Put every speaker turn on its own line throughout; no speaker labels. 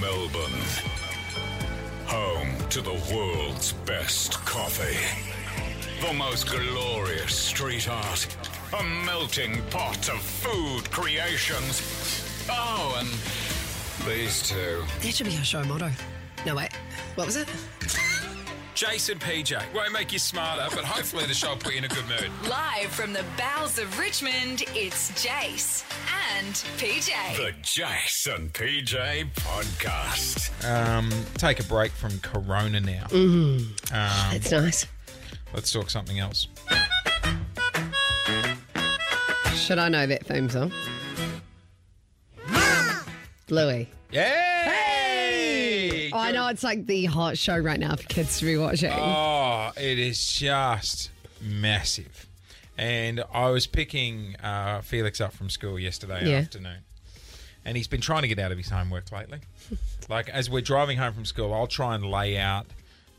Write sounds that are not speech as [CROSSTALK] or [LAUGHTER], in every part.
Melbourne, home to the world's best coffee, the most glorious street art, a melting pot of food creations. Oh, and these two.
That should be our show motto. No, wait. What was it?
Jason PJ. Won't make you smarter, but hopefully the show will put you in a good mood.
Live from the bowels of Richmond, it's Jace and PJ.
The Jason PJ Podcast.
Um, take a break from Corona now.
That's nice.
Um, Let's talk something else.
Should I know that theme song? Louis.
Yay!
Oh, I know it's like the hot show right now for kids to be watching.
Oh, it is just massive. And I was picking uh, Felix up from school yesterday
Yeah.
afternoon. And he's been trying to get out of his homework lately. like, as we're driving home from school, I'll try and lay out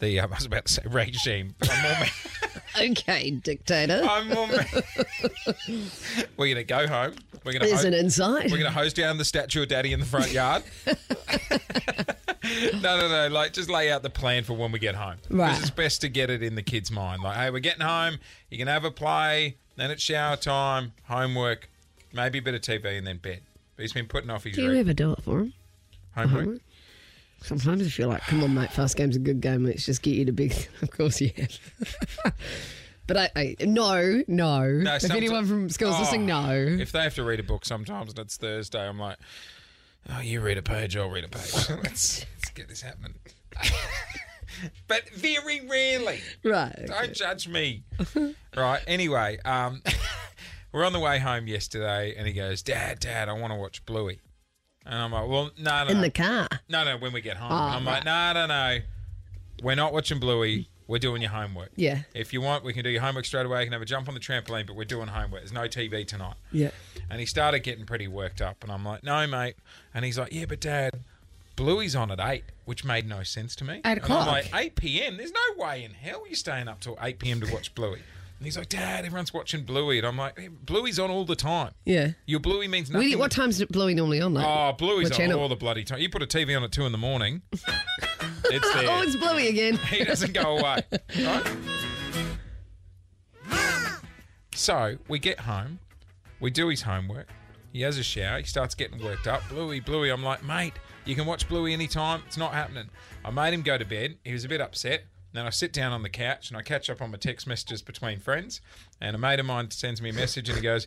the, [LAUGHS] I was about to say regime, but I'm more, ma-
Okay, dictator.
I'm more. [LAUGHS] ma- we're going to go home. We're going
There's
to
an insight.
We're going to hose down the statue of Daddy in the front yard. [LAUGHS] no, no, no. Like, just lay out the plan for when we get home. 'Cause
Right.
It's best to get it in the kids' mind. Like, hey, we're getting home. You can have a play. Then it's shower time, homework, maybe a bit of TV, and then bed. But he's been putting off his
Do you
re-
ever do it for him?
homework.
Sometimes I feel like, come on, mate, fast game's a good game. Let's just get you to big. [LAUGHS] Of course you have. but I, I no, no. if
sometime-
anyone from school's
Oh,
listening, no.
If they have to read a book sometimes and it's Thursday, I'm like, oh, you read a page, I'll read a page. [LAUGHS] let's, let's get this happening. [LAUGHS] but very rarely.
right.
Don't judge me.
[LAUGHS]
right. Anyway, um, [LAUGHS] we're on the way home yesterday, and he goes, "Dad, Dad, I want to watch Bluey." And I'm like, "Well, no, no,
In
no.
the Ah, car.
no, no. When we get home, I'm like, no, no, no. We're not watching Bluey. We're doing your homework.
Yeah.
If you want, we can do your homework straight away. You can have a jump on the trampoline, but we're doing homework. There's no TV tonight."
Yeah.
And he started getting pretty worked up, and I'm like, "No, mate." And he's like, "Yeah, but Dad." Bluey's on at eight, which made no sense to me.
Eight
And I'm
o'clock.
like, 8 p.m. There's no way in hell you're staying up till 8 p.m. to watch Bluey. And he's like, Dad, everyone's watching Bluey. And I'm like, "Hey, Bluey's on all the time.
Yeah.
Your Bluey means nothing.
Really, what time's it Bluey normally on? Like,
Oh, Bluey's
what
on
channel?
all the bloody time. You put a TV on at 2 in
[LAUGHS]
the morning, it's
Oh,
there.
it's Bluey again.
[LAUGHS] He doesn't go away. right? So we get home, we do his homework, he has a shower, he starts getting worked up. Bluey, Bluey, I'm like, mate, you can watch Bluey anytime. It's not happening. I made him go to bed. He was a bit upset. Then I sit down on the couch and I catch up on my text messages between friends. And a mate of mine sends me a message and he goes,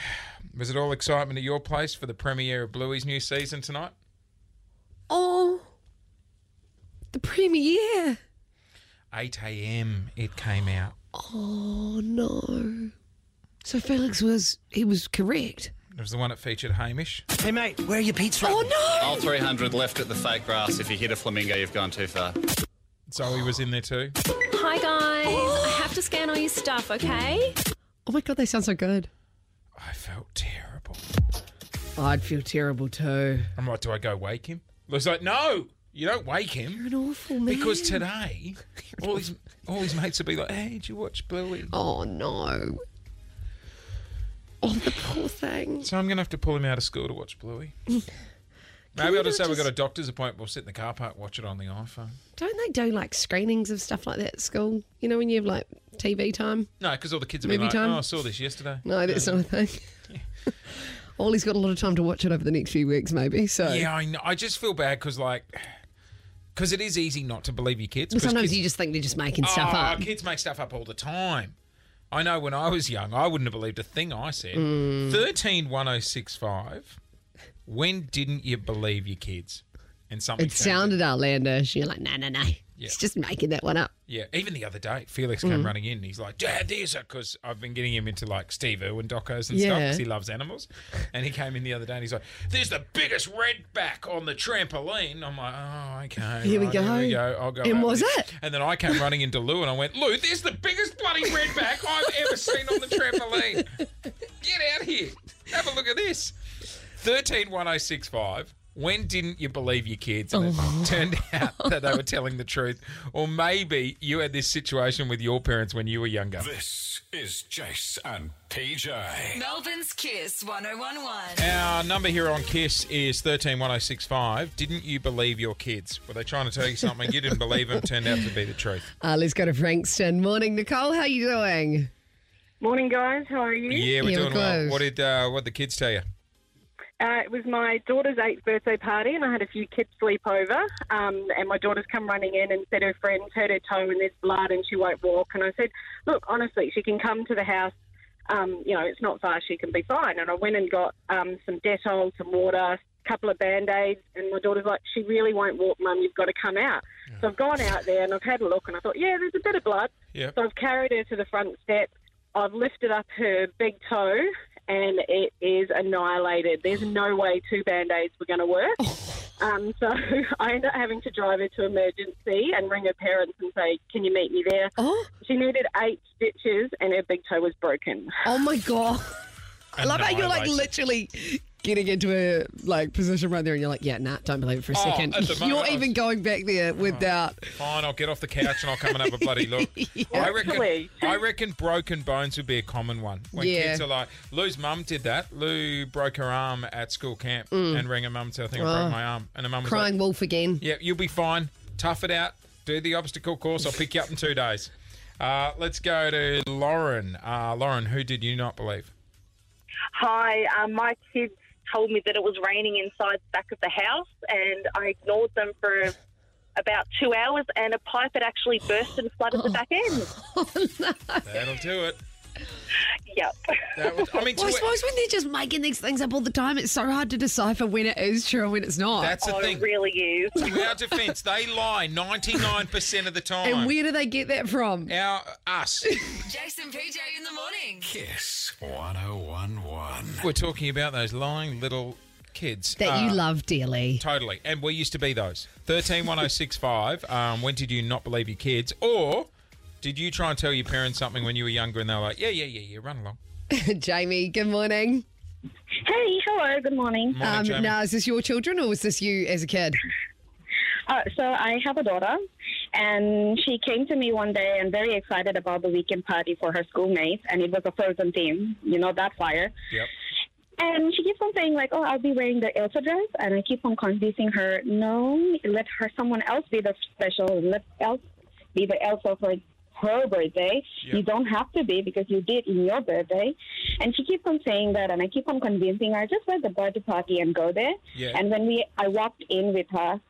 [SIGHS] Was it all excitement at your place for the premiere of Bluey's new season tonight?
Oh, the premiere.
8 a.m. it came out.
Oh no. So Felix was he was correct.
It was the one that featured Hamish.
Hey mate, where are your pizza?
Oh no.
All 300 left at the fake grass. If you hit a flamingo, you've gone too far.
Zoe was in there too.
Hi guys, I have to scan all your stuff, okay?
Oh my god, they sound so good.
I felt terrible.
I'd feel terrible too.
I'm like, do I go wake him? I was like, no, you don't wake him
You're an awful man.
because today
[LAUGHS]
all his all his mates will be like, hey, did you watch Bluey?
Oh no. Oh, the poor thing.
So I'm gonna have to pull him out of school to
[LAUGHS]
watch Bluey. Maybe I'll just say we've got a doctor's appointment. We'll sit in the car park, watch it on the iPhone.
Don't they do like screenings of stuff like that at school? You know, when you have like TV time?
No, because all the kids will be
Movie
like,
time?
oh, I saw this yesterday.
No, that's not a thing.
[LAUGHS]
Well, he's got a lot of time to watch it over the next few weeks, maybe. So
Yeah, I know. I just feel bad because like, because it is easy not to believe your kids. 'cause
sometimes
kids-
you just think they're just making stuff
Oh,
up.
Kids make stuff up all the time. I know when I was young, I wouldn't have believed a thing I said.
Mm.
Thirteen one oh six five. When didn't you believe your kids? And something
It
changed.
sounded outlandish. You're like, no, no, no. He's just making that one up.
Yeah, even the other day, Felix came
Mm.
running in. And he's like, "Dad, there's a," because I've been getting him into like Steve Irwin docos and stuff
Yeah.
because he loves animals. And he came in the other day and he's like, "There's the biggest redback on the trampoline." I'm like, "Oh, okay,
Here we
right, Here we
go."
go. I'll go."
And
out
was
with
it?
And then I came running into Lou and I went, "Lou, there's the biggest bloody redback I've ever seen on the trampoline. Get out here. Have a look at this. Thirteen one zero oh six five. When didn't you believe your kids and
Oh.
it turned out that they were telling the truth? Or maybe you had this situation with your parents when you were younger.
This is Jace and PJ.
Melbourne's Kiss 1011.
Our number here on KISS is 131065. Didn't you believe your kids? Were they trying to tell you something you didn't believe them? Turned out to be the truth.
Uh, let's go to Frankston. Morning, Nicole. How you doing?
Morning, guys. How are you?
Yeah, we're
Yeah,
doing
we're
well.
close.
What did uh, what the kids tell you?
Uh, it was my daughter's eighth birthday party, and I had a few kids sleep over. Um, and my daughter's come running in and said her friend's hurt her toe and there's blood and she won't walk. And I said, look, honestly, she can come to the house. Um, you know, it's not far. She can be fine. And I went and got um, some Dettol, some water, a couple of band aids. And my daughter's like, she really won't walk, Mum. You've got to come out. So I've gone out there and I've had a look, and I thought, yeah, there's a bit of blood.
Yep.
So I've carried her to the front step. I've lifted up her big toe, and it is annihilated. There's no way two band aids were going to work. Um, so [LAUGHS] I ended up having to drive her to emergency and ring her parents and say, "Can you meet me there?"
Oh,
She needed eight stitches, and her big toe was broken.
oh my
[LAUGHS]
god! I love how you're like
Annihilated.
literally getting into a like position right there, and you're like, yeah, nah, don't believe it for a
Oh,
second.
at the
[LAUGHS]
moment,
you're
I was- Oh.
even going back there without.
Fine, I'll get off the couch and I'll come and have a
[LAUGHS]
bloody look. I reckon
Actually.
I reckon broken bones would be a common one. When
Yeah.
kids are like Lou's mum did that. Lou broke her arm at school camp and rang her mum to I think I
Mm. Oh.
broke my arm. And her mum was like,
Crying wolf again.
Yeah, you'll be fine. Tough it out. Do the obstacle course. I'll pick you up in two days. Uh, let's go to Lauren. Uh, Lauren, who did you not believe?
Hi, um, my kids told me that it was raining inside the back of the house, and I ignored them for about two hours, and a pipe had actually burst and flooded the back end.
That'll do it.
[LAUGHS] Yep.
That was, I mean,
Well, Oh, I
to-
suppose when they're just making these things up all the time, it's so hard to decipher when it is true and when it's not.
that's the
Oh,
thing.
it really is.
To our defence, they lie 99% of the time.
and where do they get that from?
our us.
Jason PJ in the morning.
Kiss 1011.
We're talking about those lying little kids
That
Uh,
you love
[LAUGHS]
dearly.
Totally. And we used to be those. 131065. um, when did you not believe your kids? Or did you try and tell your parents something when you were younger and they were like, yeah, yeah, yeah, yeah, run along?
Jamie, good morning. Um,
Hey, hello, good morning.
Morning, Jamie.
now, is this your children or was this you as a kid?
Uh, so I have a daughter, and she came to me one day and very excited about the weekend party for her schoolmates, and it was a frozen theme, you know, that fire.
Yep.
And she keeps on saying like, "Oh, I'll be wearing the Elsa dress," and I keep on convincing her, "No, let her someone else be the special. Let else be the Elsa for her birthday.
Yeah.
You don't have to be because you did in your birthday." And she keeps on saying that, and I keep on convincing her, "Just let the birthday party and go there."
Yeah.
And when we, I walked in with her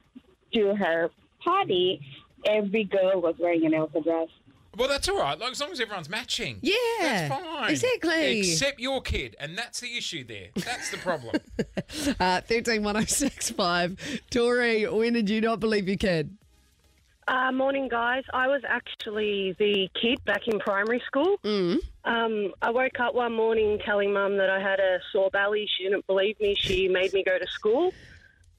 to her party, every girl was wearing an Elsa dress.
Well, that's all right. Like, as long as everyone's matching.
Yeah.
That's fine.
Exactly.
Except your kid. And that's the issue there. That's the problem.
[LAUGHS] Uh, 131065. Tori, when did you not believe your kid?
Uh, morning, guys. I was actually the kid back in primary school. Um, I woke up one morning telling mum that I had a sore belly. She didn't believe me. She made me go to school.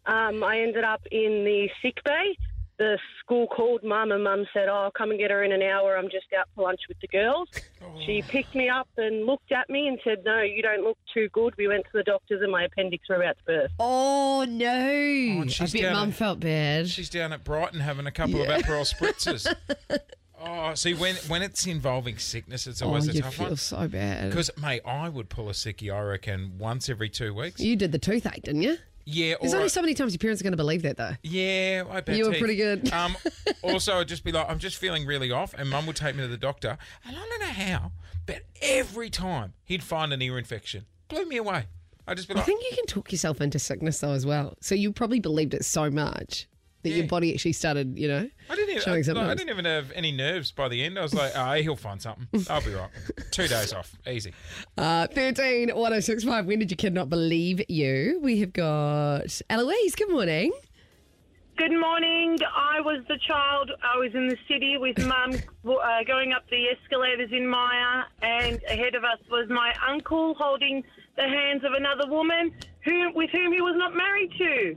Um, I ended up in the sick bay. The school called mum, and mum said, "Oh, come and get her in an hour. I'm just out for lunch with the girls." She picked me up and looked at me and said, "No, you don't look too good." We went to the doctors, and my appendix were about to burst.
Oh, no.
and
I
she's
bet
down
mum
at-
felt bad.
She's down at Brighton having a couple of Aperol spritzers. oh, see, when, when it's involving sickness, it's
Oh,
always a
you
tough
feel
one.
so bad.
Because, mate, I would pull a sickie, I reckon, once every two weeks.
You did the toothache, didn't you?
Yeah,
There's
or
only so many times your parents are going to believe that, though.
Yeah, I bet
You were
teeth.
pretty good.
Um,
[LAUGHS]
also, I'd just be like, I'm just feeling really off, and Mum would take me to the doctor, and I don't know how, but every time he'd find an ear infection, blew me away. I'd just be
I
like,
think you can talk yourself into sickness, though, as well. So you probably believed it so much that
Yeah.
your body actually started, you know,
I didn't, even,
showing
I, like, I
symptoms.
didn't even have any nerves by the end. I was like, ah, he'll find something. I'll be right. Two days off,
[LAUGHS]
easy.
Uh, 13 1065. When did your kid not believe you? We have got Eloise. Good morning.
Good morning. I was the child. I was in the city with mum uh, going up the escalators in Maya, and ahead of us was my uncle holding the hands of another woman who, with whom he was not married to.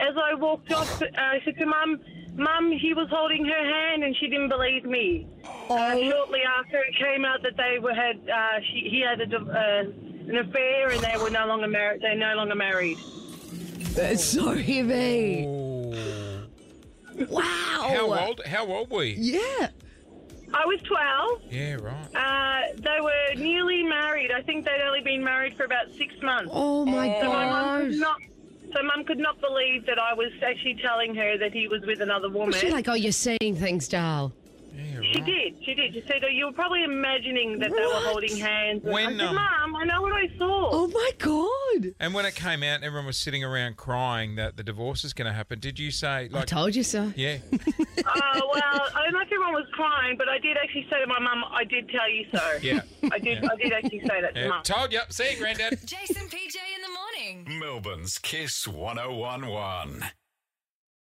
As I walked off, uh, I said to mum, Mum, he was holding her hand and she didn't believe me. Uh, shortly after, it came out that they were had uh, she, he had a, div- uh, an affair and they were no longer married. They no longer married.
That's so heavy. Oh, Wow.
How old? How old were you?
Yeah.
I was 12.
Yeah, right.
Uh, they were newly married. I think they'd only been married for about six months.
Oh my
so My mum could
gosh.
not, so mum could not believe that I was actually telling her that he was with another woman.
She's like, oh, you're seeing things, Dal.
She did. She did. She said, oh, you were probably imagining that they
What?
were holding hands. And
When,
I said,
um,
Mum, I know what I saw.
Oh my god.
And when it came out, everyone was sitting around crying that the divorce is going to happen. Did you say like?
I told you so.
Yeah.
Oh, well, I don't know if everyone was crying, but I did actually say to my mum, I did tell you so.
[LAUGHS]
Yeah.
I did, I did actually say that to
yeah.
mum.
Told you. See you, granddad.
Jason PJ in the morning.
oh Melbourne's Kiss 1011.